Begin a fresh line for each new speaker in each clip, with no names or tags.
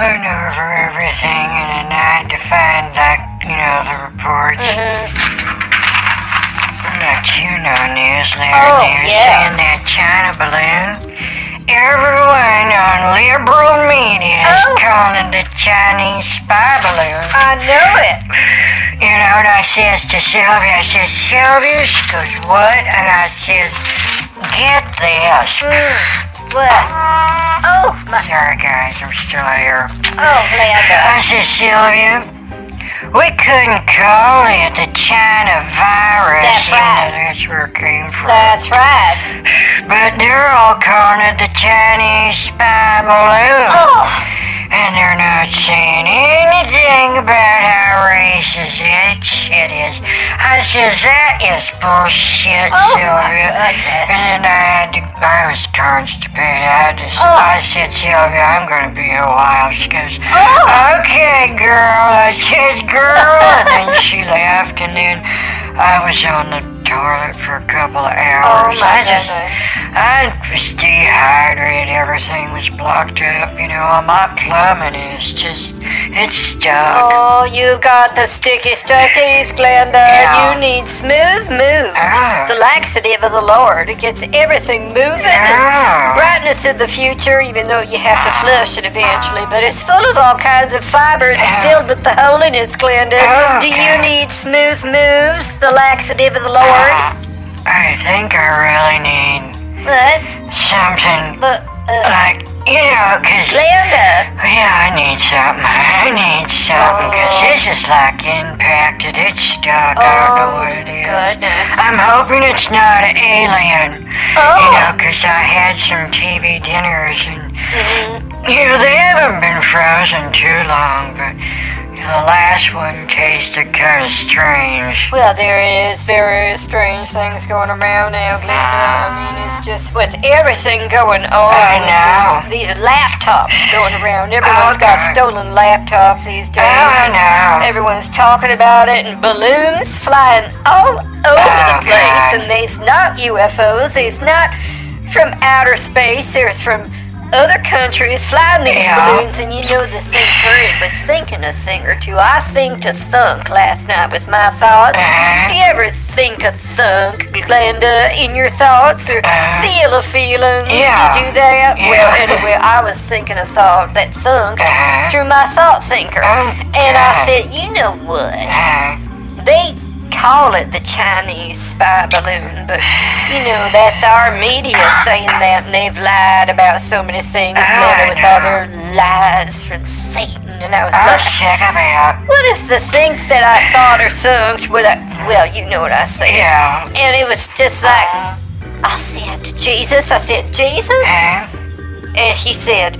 Luna for everything and a nine to five, like, you know, the reports.
Mm-hmm.
Like you know, news there.
Oh,
they were
yes.
saying that China balloon. Everyone on liberal media
Oh.
is calling it the Chinese spy balloon.
I know it.
You know what I says to Sylvia? I says, Sylvia, she goes, what? And I says, get this.
Mm. What? Oh, my.
Sorry, guys, I'm still here.
Oh, Linda.
I says, Sylvia, we couldn't call it the China virus.
That's
even though
right.
That's where it came from.
That's right.
but they're all calling it the Chinese spy balloon.
Oh,
And they're not saying anything about how racist that shit is. I says, that is bullshit,
Oh, my
Sylvia.
goodness.
And then I had to, I was constipated. I had to,
Oh.
I said, Sylvia, I'm gonna be here a while. She goes,
Oh.
okay, girl. I says, girl. and then she laughed, and then I was on the toilet for a couple of
oh
hours. I
my
just,
goodness.
I was dehydrated, everything was blocked up, you know, all my plumbing is just, it's stuck.
Oh, you've got the sticky stuckies, Glenda.
Yeah.
You need smooth moves.
Ah.
The laxative of the Lord. It gets everything moving.
Ah.
Brightness of the future, even though you have to flush it eventually. But it's full of all kinds of fiber. It's
Ah.
filled with the holiness, Glenda.
Ah,
Do you
okay.
need smooth moves? The laxative of the Lord.
Ah. I think I really need
What?
something
But, uh,
like, you know, 'cause
Glenda.
yeah, I need something, I need something, 'cause this is like impacted, it's stuck, I don't know
Oh,
what it is.
goodness.
I'm hoping it's not an alien, you
Oh.
know, 'cause I had some TV dinners and
Mm-hmm.
You know, they haven't been frozen too long, but the last one tasted kind of strange.
Well, there is there is strange things going around now, Glenda. I mean, it's just with everything going on.
I know.
with These, these laptops going around. Everyone's got
Okay.
stolen laptops these days.
Oh, I know.
Everyone's talking about it, and balloons flying all over the
Oh,
place.
God.
And these not UFOs. These not from outer space. There's from other countries flying these
Yeah.
balloons. And you know the thinker was thinking a thing or two. I think to thunk last night with my thoughts.
Uh-huh.
Do you ever think a thunk, Glenda, in your thoughts or
Uh,
feel a feeling?
yeah.
You do that?
Yeah.
Well, anyway, I was thinking a thought that thunk
Uh-huh.
through my thought thinker.
Oh,
And I
God.
said, you know what?
Uh,
They call it the Chinese spy balloon, but you know, that's our media saying that, and they've lied about so many things, Glenda, with all their lies from Satan. And I was
I'm
like,
sick of it.
what is the thing that I thought or sung? Well, I, well you know what I said.
Yeah.
And it was just like, I said to Jesus, I said, Jesus?
Uh,
And he said,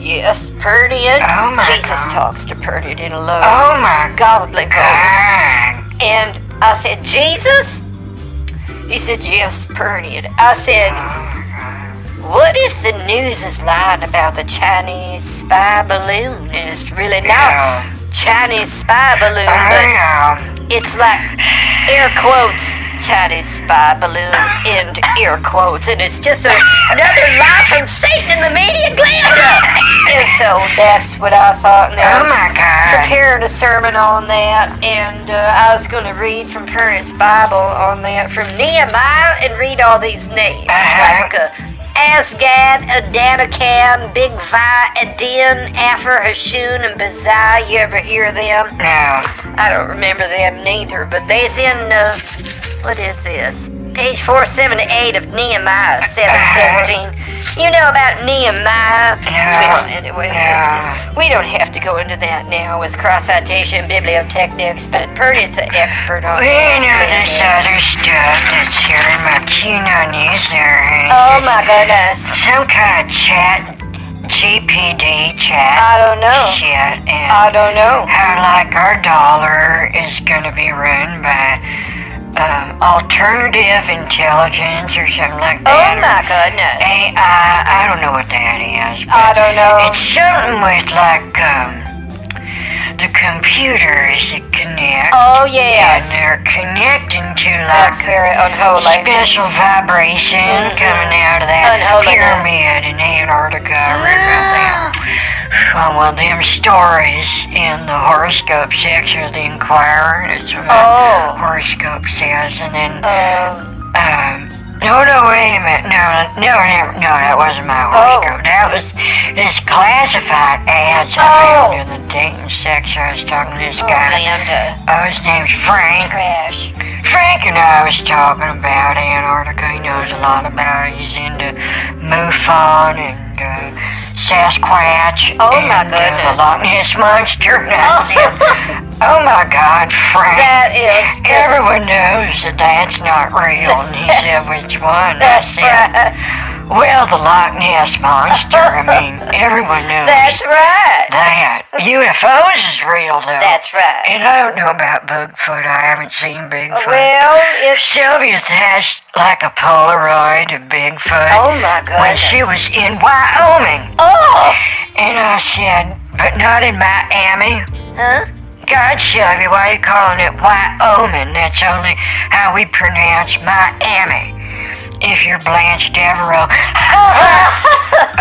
Yes, Purdian.
Oh, my
Jesus
God.
talks to Purdian in a low,
oh my
godly voice.
god.
And I said, Jesus? He said, Yes, Purdian. I said, What if the news is lying about the Chinese spy balloon? And it's really not
Yeah.
Chinese spy balloon, but
I know.
it's like air quotes Chinese spy balloon and air quotes, and it's just a, another lie from Satan in the media, Glenda. and so that's what I thought. And I
Oh
was
my god.
preparing a sermon on that, and uh, I was going to read from Parents Bible on that, from Nehemiah, and read all these names
Uh-huh.
like. Uh, Asgad, Adanakam, Big Vi, Adin, Aphra, Hashun, and Bazai. You ever hear them?
No.
I don't remember them neither, but they's in uh, what is this? Page four seventy eight of Nehemiah seven seventeen. You know about Nehemiah? Well, anyway, it's just, we don't have to go into that now with cross citation bibliotechnics, but Purdy's an expert on
We know this
that.
other stuff that's here in my Kino news there. and it's
Oh
just
my goodness!
Some kind of chat, GPD chat.
I don't know.
Shit, and
I don't know.
how like our dollar is going to be run by um, alternative intelligence or something like
Oh
that.
my
or
goodness!
AI, uh, I don't know what that is.
I
But
don't know.
it's something with like um, the computers that connect.
Oh
And
yes,
they're connecting to
that's
like
very Mm-hmm. unholy.
special vibration coming out of that
Unholiness.
pyramid in Antarctica. I read about that. from one of them stories in the horoscope section of the Inquirer. That's what the
Oh.
horoscope says. And then,
Um,
um, no, no, wait a minute. No, no, no, no that wasn't my horoscope. That was this classified ads I
Oh.
found in the dating section. I was talking to this
oh,
guy.
Amanda.
Oh, his name's Frank.
Crash.
Frank and I was talking about Antarctica. He knows a lot about it. He's into MUFON and uh, Sasquatch.
Oh,
and,
my
Uh, the
goodness.
Loch Ness Monster. And I said, oh my God, Frank.
Oh, That is.
Everyone knows that that's not real. And he said, which one? I
That's
said,
right.
well, the Loch Ness Monster. I mean, everyone knows
That's right.
that. UFOs is real, though.
That's right.
and I don't know about Bigfoot. I haven't seen Bigfoot.
Well, it's.
Sylvia Thash like a Polaroid of Bigfoot
Oh my
when
goodness.
she was in Wyoming.
Oh!
And I said, but not in Miami.
Huh?
God, Sylvia, why are you calling it Wyoming? That's only how we pronounce Miami. If you're Blanche Devereaux.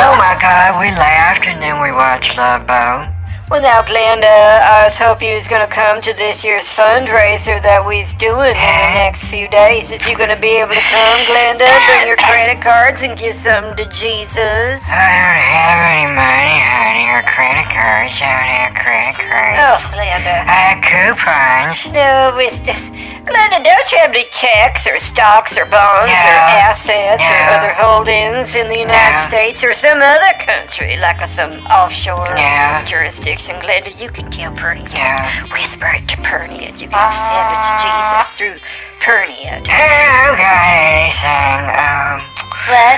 oh my God, we laughed and then we watched Love Boat.
Well, now, Glenda, I was hoping you was going to come to this year's fundraiser that we's doing in the next few days. Is you going to be able to come, Glenda? Bring your credit cards and give some to Jesus.
I don't have any Oh, money, honey, or credit cards. I don't have credit cards.
Oh, Glenda.
I have coupons.
No, it's just... Glenda, don't you have any checks or stocks or bonds or
No.
assets or
No.
other holdings in the United
No.
States or some other country, like uh, some offshore
No.
jurisdiction? Glenda, you can tell pretty
Yeah.
whisper it to Pernia. You can send it to Jesus through Pernia.
Hello, guys. Um,
What?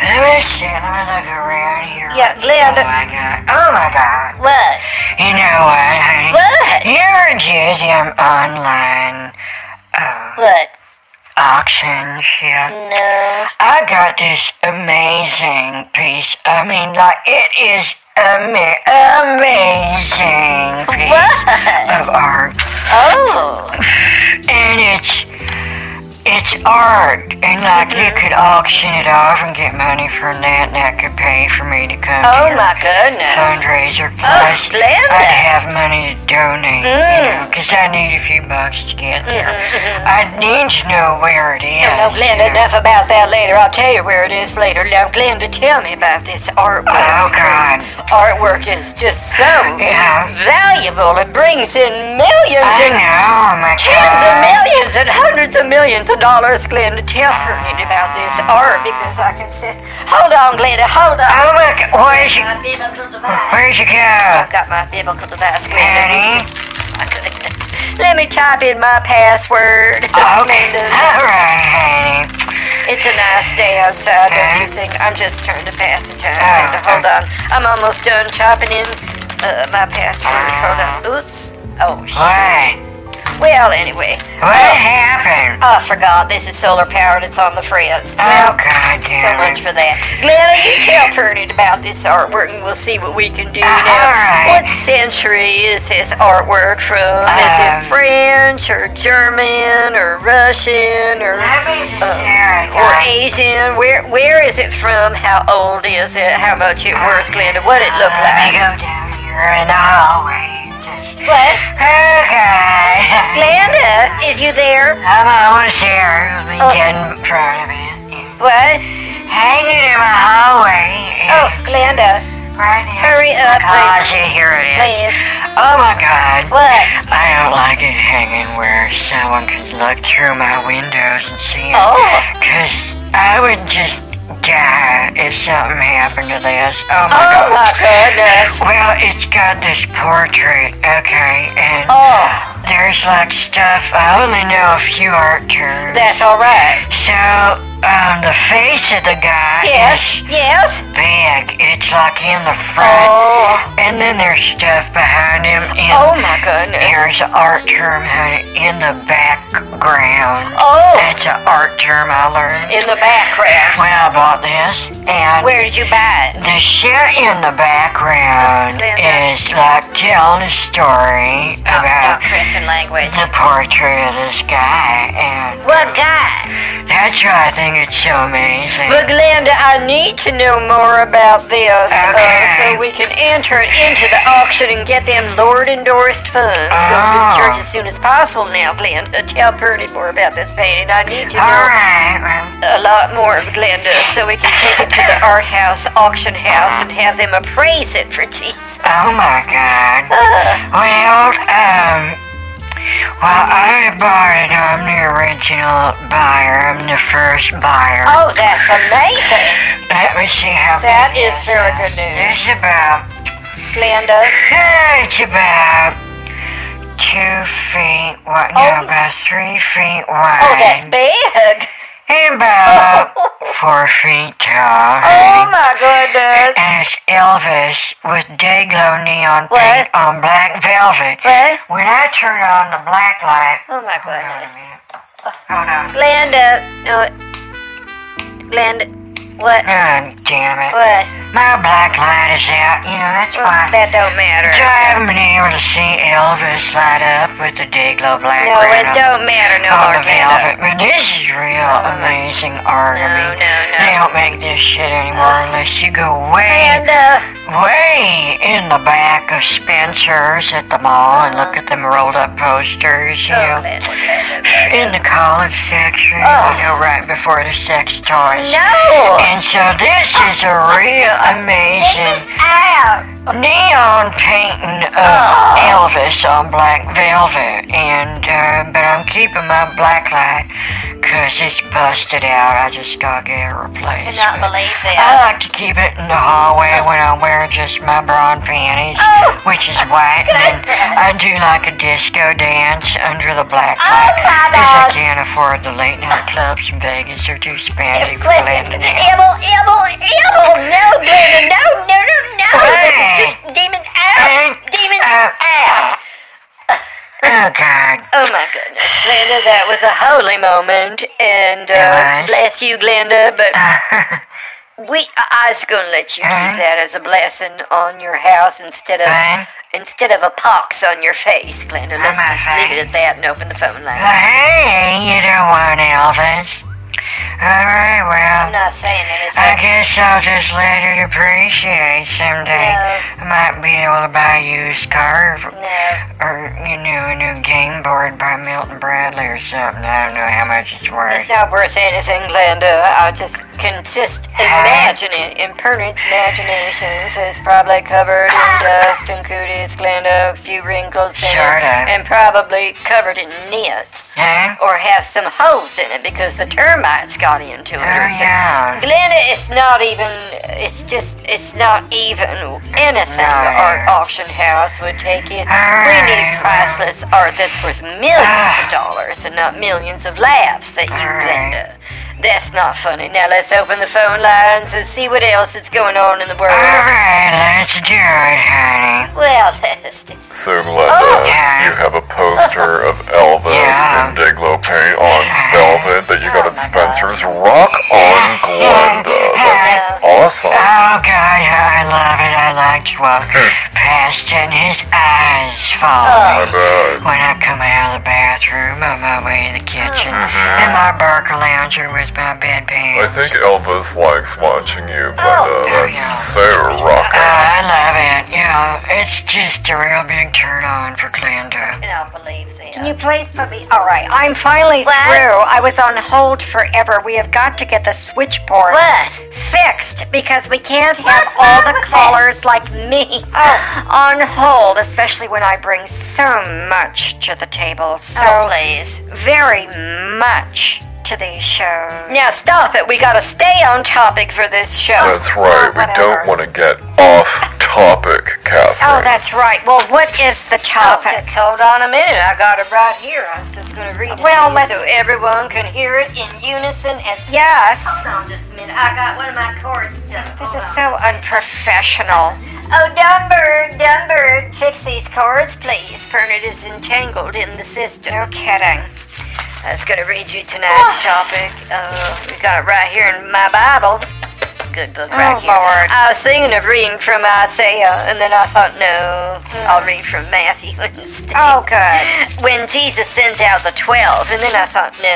let me see. Let me look around here.
Yeah,
Oh
Glenda.
my god. Oh my god.
What?
You know what, honey?
What?
You ever do them online uh,
What?
auctions? Yeah.
No.
I got this amazing piece. I mean, like, it is ama- amazing piece
What?
of art.
Oh.
and it's it's art and like you could auction it off and get money from that and that could pay for me to come
Oh
to your
my goodness.
fundraiser
Oh,
plus I'd
Glenda.
have money to donate
Mm.
you know, cause I need a few bucks to get there
Mm-hmm.
I need to know where it is
Oh, No,
you know.
Glenda, enough about that later. I'll tell you where it is later. Now, Glenda, tell me about this artwork.
Oh, God.
because Artwork is just so
Yeah.
valuable. It brings in millions
I
and
know oh my
tens of
God.
millions and hundreds of millions of dollars, Glenda. Tell her about this art because I can say, hold on, Glenda, hold on.
oh my god where'd you,
My biblical device.
where'd you go
I've got my biblical device,
Annie
Glenda. My goodness. Let me type in my password. uh,
oh, okay
Glenda.
alright honey
It's a nice day outside, don't you
Okay.
think? I'm just trying to pass the time.
Oh,
Glenda, hold on. I'm almost done typing in uh, my password. Hold on.
Uh-huh.
Oops. Oh, sh-
what
well, anyway.
what
Oh.
happened
Oh, I forgot. This is solar powered. It's on the fritz.
Oh,
Well,
god
so
damn it.
much for that. Glenna, you tell Pernod about this artwork and we'll see what we can
Uh,
do now.
all right.
What century is this artwork from? is
Um,
it French or German or Russian or uh, or Asian? Where where is it from? How old is it? How much it worth, Glenda? What it look
Let me
like?
go down here in the hallway. Just-
What?
Okay.
Glenda, is you there?
I'm almost here. Let me
Oh.
get in front of it.
What?
Hanging in my hallway.
Oh, Glenda,
right here.
hurry up,
Oh, see, here it is.
please.
Oh my god.
What?
I don't like it hanging where someone could look through my windows and see it.
Oh.
Cause I would just die if something happened to this. Oh my god.
Oh my goodness.
Well, it's got this portrait, okay, and
Oh,
there's like stuff. I only know a few art terms.
that's all right.
so. Um, the face of the guy
Yes,
is
yes.
big. It's like in the front,
Oh,
and then there's stuff behind him. And
oh my goodness.
there's art term honey, in the back background.
Oh.
That's an art term I learned
in the background.
when I bought this. And
Where did you buy it?
the shit in the background
Yeah, yeah.
is like telling a story
Oh, oh,
about
Christian language.
the portrait of this guy. And
What guy?
that's why I think it's so amazing.
But Glenda, I need to know more about this uh,
Okay.
so we can enter it into the auction and get them Lord endorsed funds. Go to the
Oh.
church as soon as possible now, Glenda. Tell Purdy more about this painting. I need to know
All right. well,
a lot more of Glenda so we can take it to the art house, auction house, and have them appraise it for Jesus.
Oh my god.
Uh,
Well, um, well, I bought it. I'm the original buyer. I'm the first buyer.
oh, that's amazing.
Let me see how.
That
big
is
this
very good news.
It's about.
Glenda,
It's about two feet. What? No,
Oh.
about three feet wide.
oh, that's big.
And about four feet tall.
Oh, my goodness.
And it's Elvis with day glow neon pink
What?
on black velvet.
What?
When I turn on the black light,
Oh, my
Hold on a minute. Hold on.
goodness. Glenda, no. Glenda, what?
God damn it.
What? Oh.
My black light is out. You know, that's why.
That don't matter.
So I haven't been able to see Elvis light up with the day glow black
No, it
ribbon
don't matter no
on
more,
the
Glenda.
velvet. But this is real amazing art.
No,
I mean,
no,
They
no.
don't make this shit anymore unless you go way,
Glenda.
way in the back of Spencer's at the mall and look at them rolled up posters, you
Uh-huh. Oh,
know.
Glenda, Glenda, Glenda.
In the college section,
Oh.
you know, right before the sex toys.
No!
And so this is a real amazing
Ow!
neon painting of
Oh.
Elvis on black velvet. And uh, but I'm keeping my black light 'cause it's busted out. I just gotta get it replaced.
Cannot
But
believe
I
this.
like to keep it in the hallway when I wear just my bra and panties,
Oh.
which is white. And
Goodness.
I do like a disco dance under the black
Oh
light.
my
Because I
gosh!
can't afford the late night clubs in Vegas. They're too spandy for
Glenda,
Glenda now.
Evil, evil, evil! No, Glenda, no, no, no, no! This is
Hey.
just demon out!
Hey.
Demon
Uh.
out!
Oh, God.
Oh my goodness, Glenda, that was a holy moment, and uh,
Yes.
bless you, Glenda. But
Uh,
we, I I was gonna let you keep
Huh?
that as a blessing on your house instead of
uh-huh. Right? Oh
instead of a pox on your face, Glenda. Let's
my Uh,
just leave it at that and open the phone
Well,
line.
Hey, you don't want Elvis. Alright,
I'm
well,
not saying that it's
I guess I'll just let it appreciate someday. I might be able to buy a used car f-
no,
or, you know, a new game board by Milton Bradley or something. I don't know how much it's
it's
worth.
not worth anything, Glenda. I uh, just can just imagine it. Impertinence, imaginations is probably covered in dust and cooties, Glenda. A few wrinkles in it,
Sorta.
and probably covered in nits.
Huh?
or have some holes in it because the termites got into
Oh,
it. or something.
yeah.
Glenda, it's not even. It's just. It's not even anything. The art auction house would take in. We need
Alright,
priceless art that's worth millions of dollars and not millions of laughs at you,
Alright.
Glenda. That's not funny. Now let's open the phone lines and see what else is going on in the world.
Alright, let's do it, honey.
Well, that's just.
So, Glenda,
Oh, yeah.
you have a poster of Elvis
Yeah. Oh
and Diglo Payne on velvet that you got at Spencer's. Rock on, Glenda. That's awesome.
Oh, God, I love it. I like to walk past and his eyes follow me.
I bet.
When I come out of the bathroom on my way to the kitchen, and my Barker lounger with my bedpan.
I think Elvis likes watching you,
Oh,
Glenda. That's so
Uh,
rocking.
I love it. You know, it's just a real big turn on for Glenda.
I don't believe this. Can you please put me? All right, I'm finally through. I was on hold forever. We have got to get the switchboard fixed because we can't have all the callers like me on hold, especially when I bring so much to the table. So please, very much to these shows. Now stop it. We got to stay on topic for this show.
Uh,
That's right. We don't want to get off topic, Catherine.
Oh, that's right. Well, what is the topic? just hold on a minute. I got it right here. I was just going to read it well,
Well, let's-
so everyone can hear it in unison. As yes. Hold on just a minute. I got one of my cords stuck. Hold
This
on.
is so unprofessional.
Oh, Dumbird, Dumbird, fix these cords, please. Bernard is entangled in the system. No kidding. That's going to read you tonight's topic. Uh, we got it right here in my Bible. Good book right
Oh,
here.
Lord.
I was thinking of reading from Isaiah, and then I thought, no, I'll read from Matthew instead.
Oh, good.
When Jesus sends out the twelve, and then I thought, no,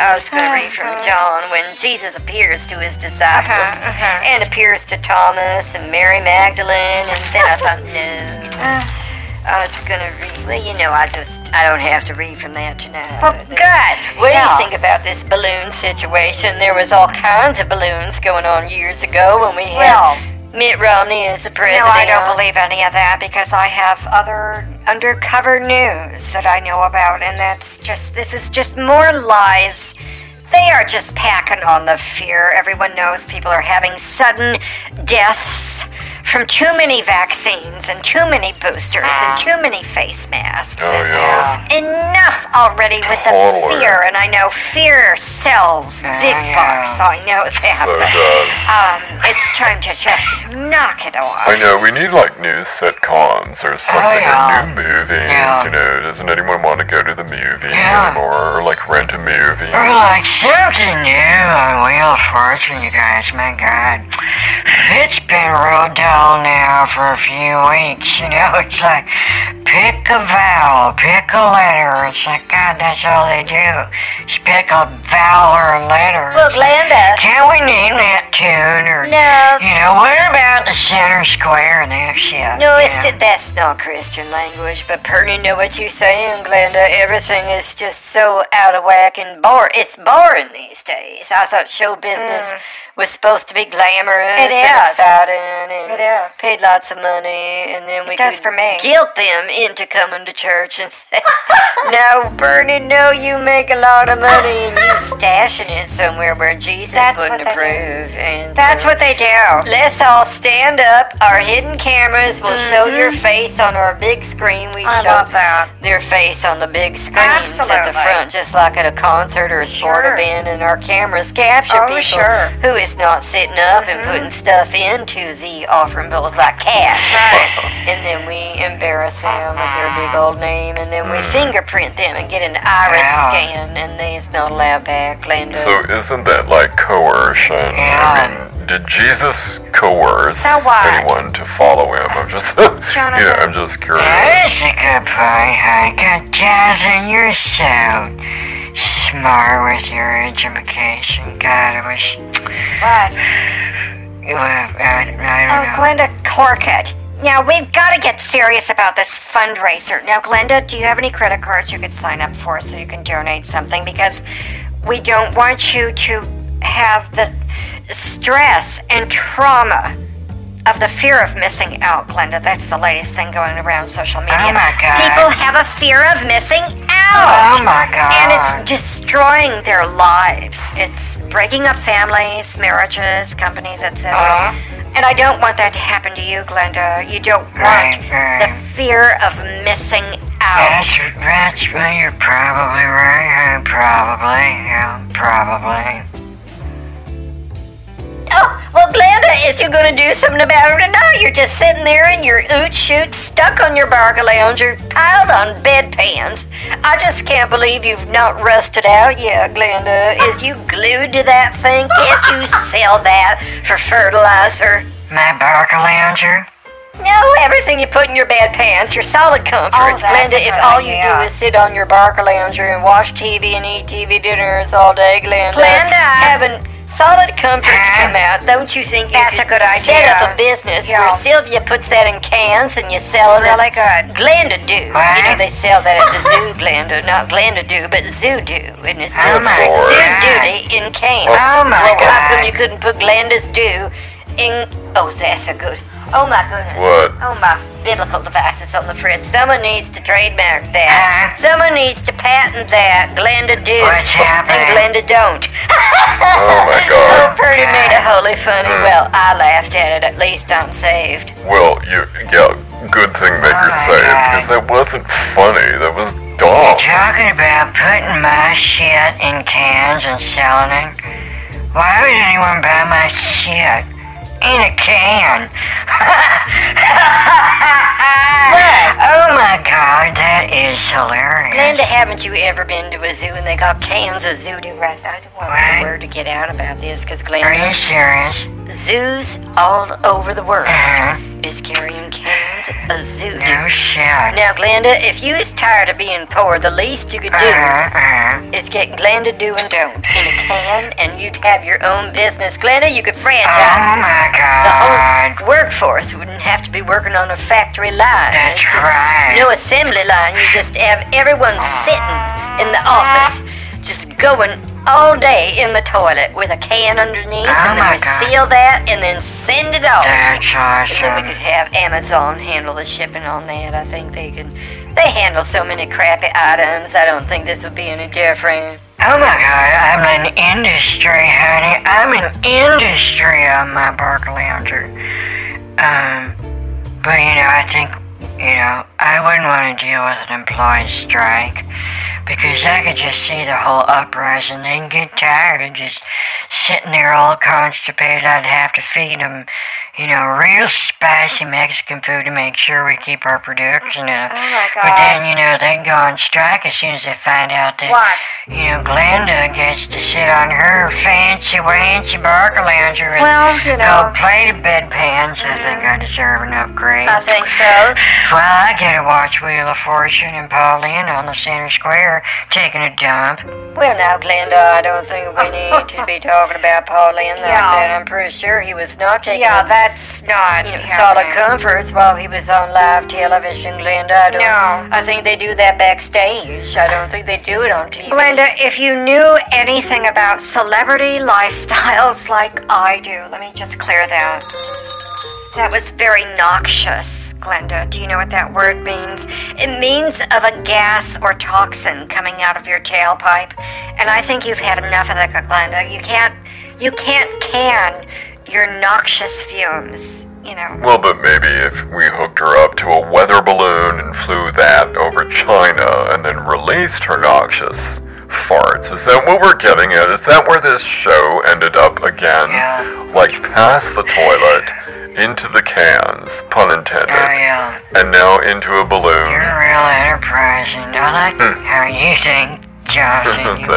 I was
Uh-huh.
going to read from John. When Jesus appears to his disciples,
Uh-huh, uh-huh.
and appears to Thomas and Mary Magdalene, and then I thought, no,
Uh-huh.
I was going to read. Well, you know, I just I don't have to read from that tonight.
Well,
but-
good.
What
Yeah.
do you think about this balloon situation? There was all kinds of balloons going on years ago when we had
Well,
Mitt Romney as the
no,
president.
I don't believe any of that because I have other undercover news that I know about, and that's just this is just more lies. They are just packing on the fear. Everyone knows people are having sudden deaths from too many vaccines and too many boosters and too many face masks.
Oh, yeah.
Enough already with
Totally.
the fear, and I know fear sells big
Mm.
Yeah.
bucks. I know that.
So does.
Um, it's time to just knock it
I
off.
know, we need like new sitcoms or something,
Oh, yeah.
or new movies.
Yeah.
You know, doesn't anyone want to go to the movie
Yeah. Uh-huh.
anymore or like rent a movie?
Well, like something new on Wheel of Fortune, you guys, my god. It's been real dull now for a few weeks, you know, it's like pick a vowel, pick a letter. It's like god that's all they do. Is pick a vowel or a letter.
Well, Glenda.
Can we name that tune or
No,
you know, what about the center square and that shit?
No,
you
it's
know?
ju- that's not Christian language, but Perny know what you're saying, Glenda. Everything is just so out of whack and bore. It's boring these days. I thought show business was supposed to be glamorous and
Mm. It is.
exciting and
It is.
paid lots of money, and then we
does
could
for me.
guilt them into coming to church and say, "No, Bernie, no, you make a lot of money and you stashing it somewhere where Jesus
That's what
wouldn't
they do.
approve." And
That's
so-
what they do.
Let's all stand up. Our hidden cameras will show your face on our big screen. We
Mm-hmm. I
show
love that.
their face on the big screens at the
Absolutely.
front, just like at a concert or a sport
Sure.
event, and our cameras capture
Oh,
people
sure. Mm-hmm.
who is not sitting up and putting stuff into the offering bills like cash.
Right.
And then we embarrass them with their big old name, and then we
Mm.
fingerprint them and get an iris
Yeah.
scan, and they is not allowed back. Linda.
So isn't that like coercion?
Yeah.
I mean, did Jesus coerce
So what?
anyone to follow him? I'm just, you know, I'm just curious.
That's a good point, Hunka. Jasmine, you're so smart with your education. God, I wish.
But,
Well, I, I
oh,
don't know.
Glenda Corkett. Now, we've got to get serious about this fundraiser. Now, Glenda, do you have any credit cards you could sign up for so you can donate something? Because we don't want you to have the stress and trauma of the fear of missing out, Glenda. That's the latest thing going around social media.
Oh, my God.
People have a fear of missing out.
Oh my god.
And it's destroying their lives. It's breaking up families, marriages, companies, etc.
Uh-huh.
And I don't want that to happen to you, Glenda. You don't
Right,
want
right.
the fear of missing out.
That's, that's well, you're probably right. huh? Probably, yeah, probably.
Oh, well, Glenda, is you going to do something about it or not? You're just sitting there in your oot shoot, stuck on your barker lounge. You're piled on bedpans. I just can't believe you've not rusted out yet, Glenda. Is you glued to that thing? Can't you sell that for fertilizer?
My barker lounger?
No, everything you put in your bedpans, your solid comforts.
that's
Glenda,
a
if
good
all you do
idea.
is sit on your barker lounger and watch TV and eat TV dinners all day, Glenda.
Glenda. Ah.
Having solid comforts
Huh?
come out, don't you think you
That's
could
a good
set
idea.
up a business
Yeah.
where Sylvia puts that in cans and you sell it? as
Really good.
Glenda do. You know,
What?
they sell that at the zoo, Glenda. Not Glenda do, but zoo do. And it's
Oh
good.
my
zoo
God.
duty in cans.
Oh my
well, How come
God.
you couldn't put Glenda's do in. Oh, that's a good. Oh my goodness.
What?
Oh my biblical devices on the fritz. Someone needs to trademark that.
Huh?
Someone needs to patent that. Glenda do.
Uh-huh. What's
And
happening?
Glenda don't.
Oh my god.
Oh, Purdy made a holy funny. Well, I laughed at it. At least I'm saved.
Well, you, yeah, good thing that you're
Oh my
saved
God.
because that wasn't funny. That was dumb.
Talking about putting my shit in cans and selling it. Why would anyone buy my shit in a can? oh my god, that is hilarious.
Linda, haven't you ever been to a zoo and they call Kansas Zoo? Do right? I don't want
Right.
the word to get out about this because
Are
Glenda,
you serious?
zoos all over the world
Uh-huh.
is carrying cans a zoo.
No shit.
Now, Glenda, if you is tired of being poor, the least you could do
Uh-huh, uh-huh.
is get Glenda do and don't in a can, and you'd have your own business. Glenda, you could franchise.
Oh my
The
god.
whole workforce wouldn't have to be working on a factory line.
That's
It's just
right.
No assembly line. You just have everyone sitting in the office, just going all day in the toilet with a can underneath,
Oh
and then
my
we
God.
seal that and then send it off.
That's
And then we
awesome.
could have Amazon handle the shipping on that. I think they can. They handle so many crappy items. I don't think this would be any different.
Oh my god, I'm an industry, honey. I'm an industry on my bark lounger. Um, but you know, I think, you know, I wouldn't want to deal with an employee strike because I could just see the whole uprising. They'd get tired of just sitting there all constipated. I'd have to feed them, you know, real spicy Mexican food to make sure we keep our production up.
Oh my
But
god.
then, you know, they'd go on strike as soon as they find out that
What?
you know, Glenda gets to sit on her fancy wancy barker lounger and
Well, you know,
go play to bedpans. I think I deserve an upgrade.
I think so.
well, I get to watch Wheel of Fortune and Pauline on the center square taking a dump.
Well, now, Glenda, I don't think we need to be talking about Pauline like
Yeah.
that. I'm pretty sure he was not taking
yeah, that's not
you know, solid
happening.
comforts while he was on live television, Glenda. I don't,
No.
I think they do that backstage. I don't think they do it on TV.
Glenda, if you knew anything about celebrity lifestyles like I do, let me just clear that. That was very noxious, Glenda. Do you know what that word means? It means of a gas or toxin coming out of your tailpipe. And I think you've had enough of that, Glenda. You can't you can't can your noxious fumes, you know.
Well, but maybe if we hooked her up to a weather balloon and flew that over China and then released her noxious farts. Is that what we're getting at? Is that where this show ended up again?
Yeah.
Like past the toilet, into the cans, pun intended,
Oh, yeah.
and now into a balloon.
You're real enterprising. I like how you think, Johnson.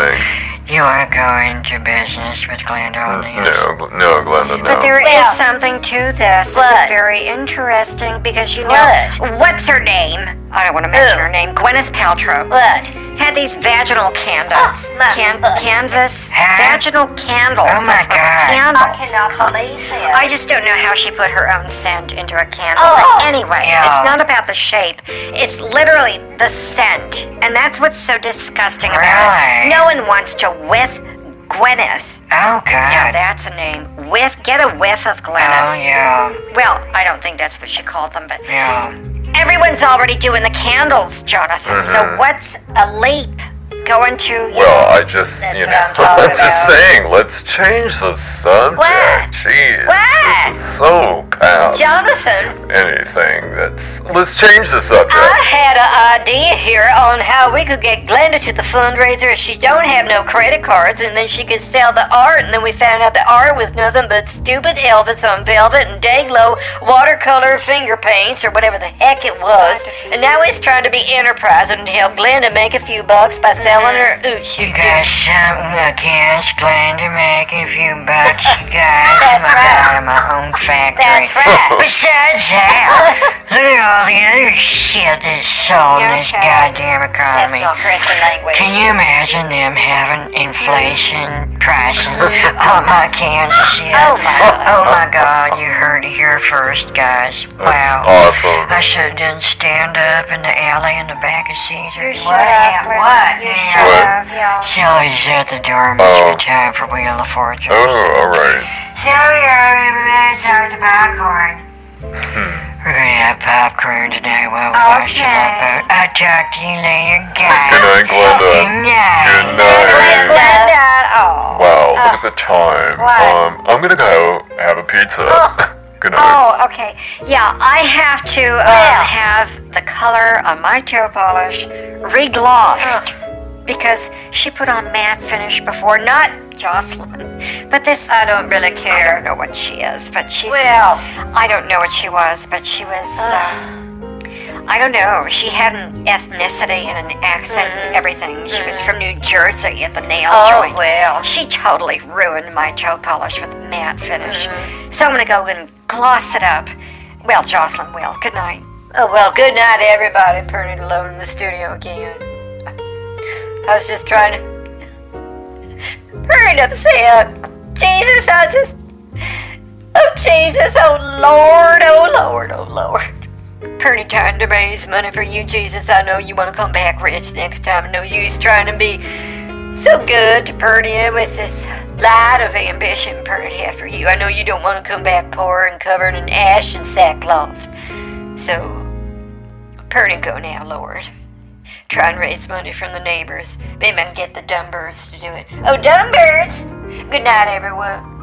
You,
Thanks.
you want to go into business with Glenda on the
No, Gl- no, Glenda, no.
But there is
Well-
something to this. This
What?
is very interesting because you know
What?
what's her name? I don't want to mention
Who?
her name. Gwyneth Paltrow
What?
had these vaginal candles,
Oh, my
Can-
God.
canvas,
Huh?
vaginal candles.
Oh, my
That's what-
God.
Candles.
cannot believe this.
I just don't know how she put her own scent into a candle.
Oh.
But anyway,
Yeah.
it's not about the shape. It's literally the scent. And that's what's so disgusting about it.
Really?
No one wants to whiff Gwyneth.
Oh,
Uh,
Now
God.
that's a name. Whiff, get a whiff of
Oh,
Gwyneth.
yeah.
Well, I don't think that's what she called them, but
Yeah.
everyone's already doing the candles, Jonathan.
Uh-huh.
So what's a leap going to? you
Well, I just, you
what
know,
I'm talking
I'm just
about.
saying, let's change the subject.
What?
Jeez,
What?
this is so past
Jonathan,
anything that's. Let's change the subject.
I had an idea here on how we could get Glenda to the fundraiser if she don't have no credit cards, and then she could sell the art. And then we found out the art was nothing but stupid Elvis on velvet and Dayglow watercolor finger paints or whatever the heck it was. And now he's trying to be enterprising and help Glenda make a few bucks by selling her ooch.
You got something against Glenda making a few bucks, you guys.
That's
I'm
right.
out of my own factory.
That's right.
Besides that, look at all the other shit that's sold in this
Okay.
goddamn
That's
economy.
not Christian language.
Can you imagine them having inflation pricing on my cans of shit?
Oh, my God.
Oh my god, you heard it here first, guys.
That's
Wow.
awesome.
I should have done stand up in the alley in the back of Caesar.
You should
What?
have.
What?
Glenn. You
Yeah.
should have. Yeah.
Sally's at the door. It must be time for Wheel of Fortune.
Oh, alright.
Sally, are we ready to have the popcorn? We're gonna have popcorn tonight while we watch the
Okay.
Muppet. I'll talk to you later,
Good
guys.
night, Glenda.
Good night.
Good
Glenda.
night.
Oh.
Wow, look at the time. Um, I'm gonna go have a pizza. Good night.
Oh, okay. Yeah, I have to uh,
Well.
have the color on my toe polish reglossed because she put on matte finish before, not Jocelyn, but this. I don't really care. I don't know what she is, but she.
Well.
I don't know what she was, but she was. Uh, I don't know. She had an ethnicity and an accent and everything. She was from New Jersey at the nail
Oh,
joint.
well.
She totally ruined my toe polish with matte finish.
Mm-hmm.
So I'm gonna go and gloss it up. Well, Jocelyn will. Good night.
Oh, well, good night, everybody. Pernod alone in the studio again. I was just trying to. Pernod upset. Jesus, I was just. Oh, Jesus, oh, Lord, oh, Lord, oh, Lord. Pernod trying to raise money for you, Jesus. I know you want to come back rich next time. No use trying to be so good to Purdy with this light of ambition Purdy had for you. I know you don't want to come back poor and covered in ash and sackcloth. So, Purdy go now, oh Lord. Try and raise money from the neighbors. Maybe I can get the dumb birds to do it. Oh, dumb birds! Good night, everyone.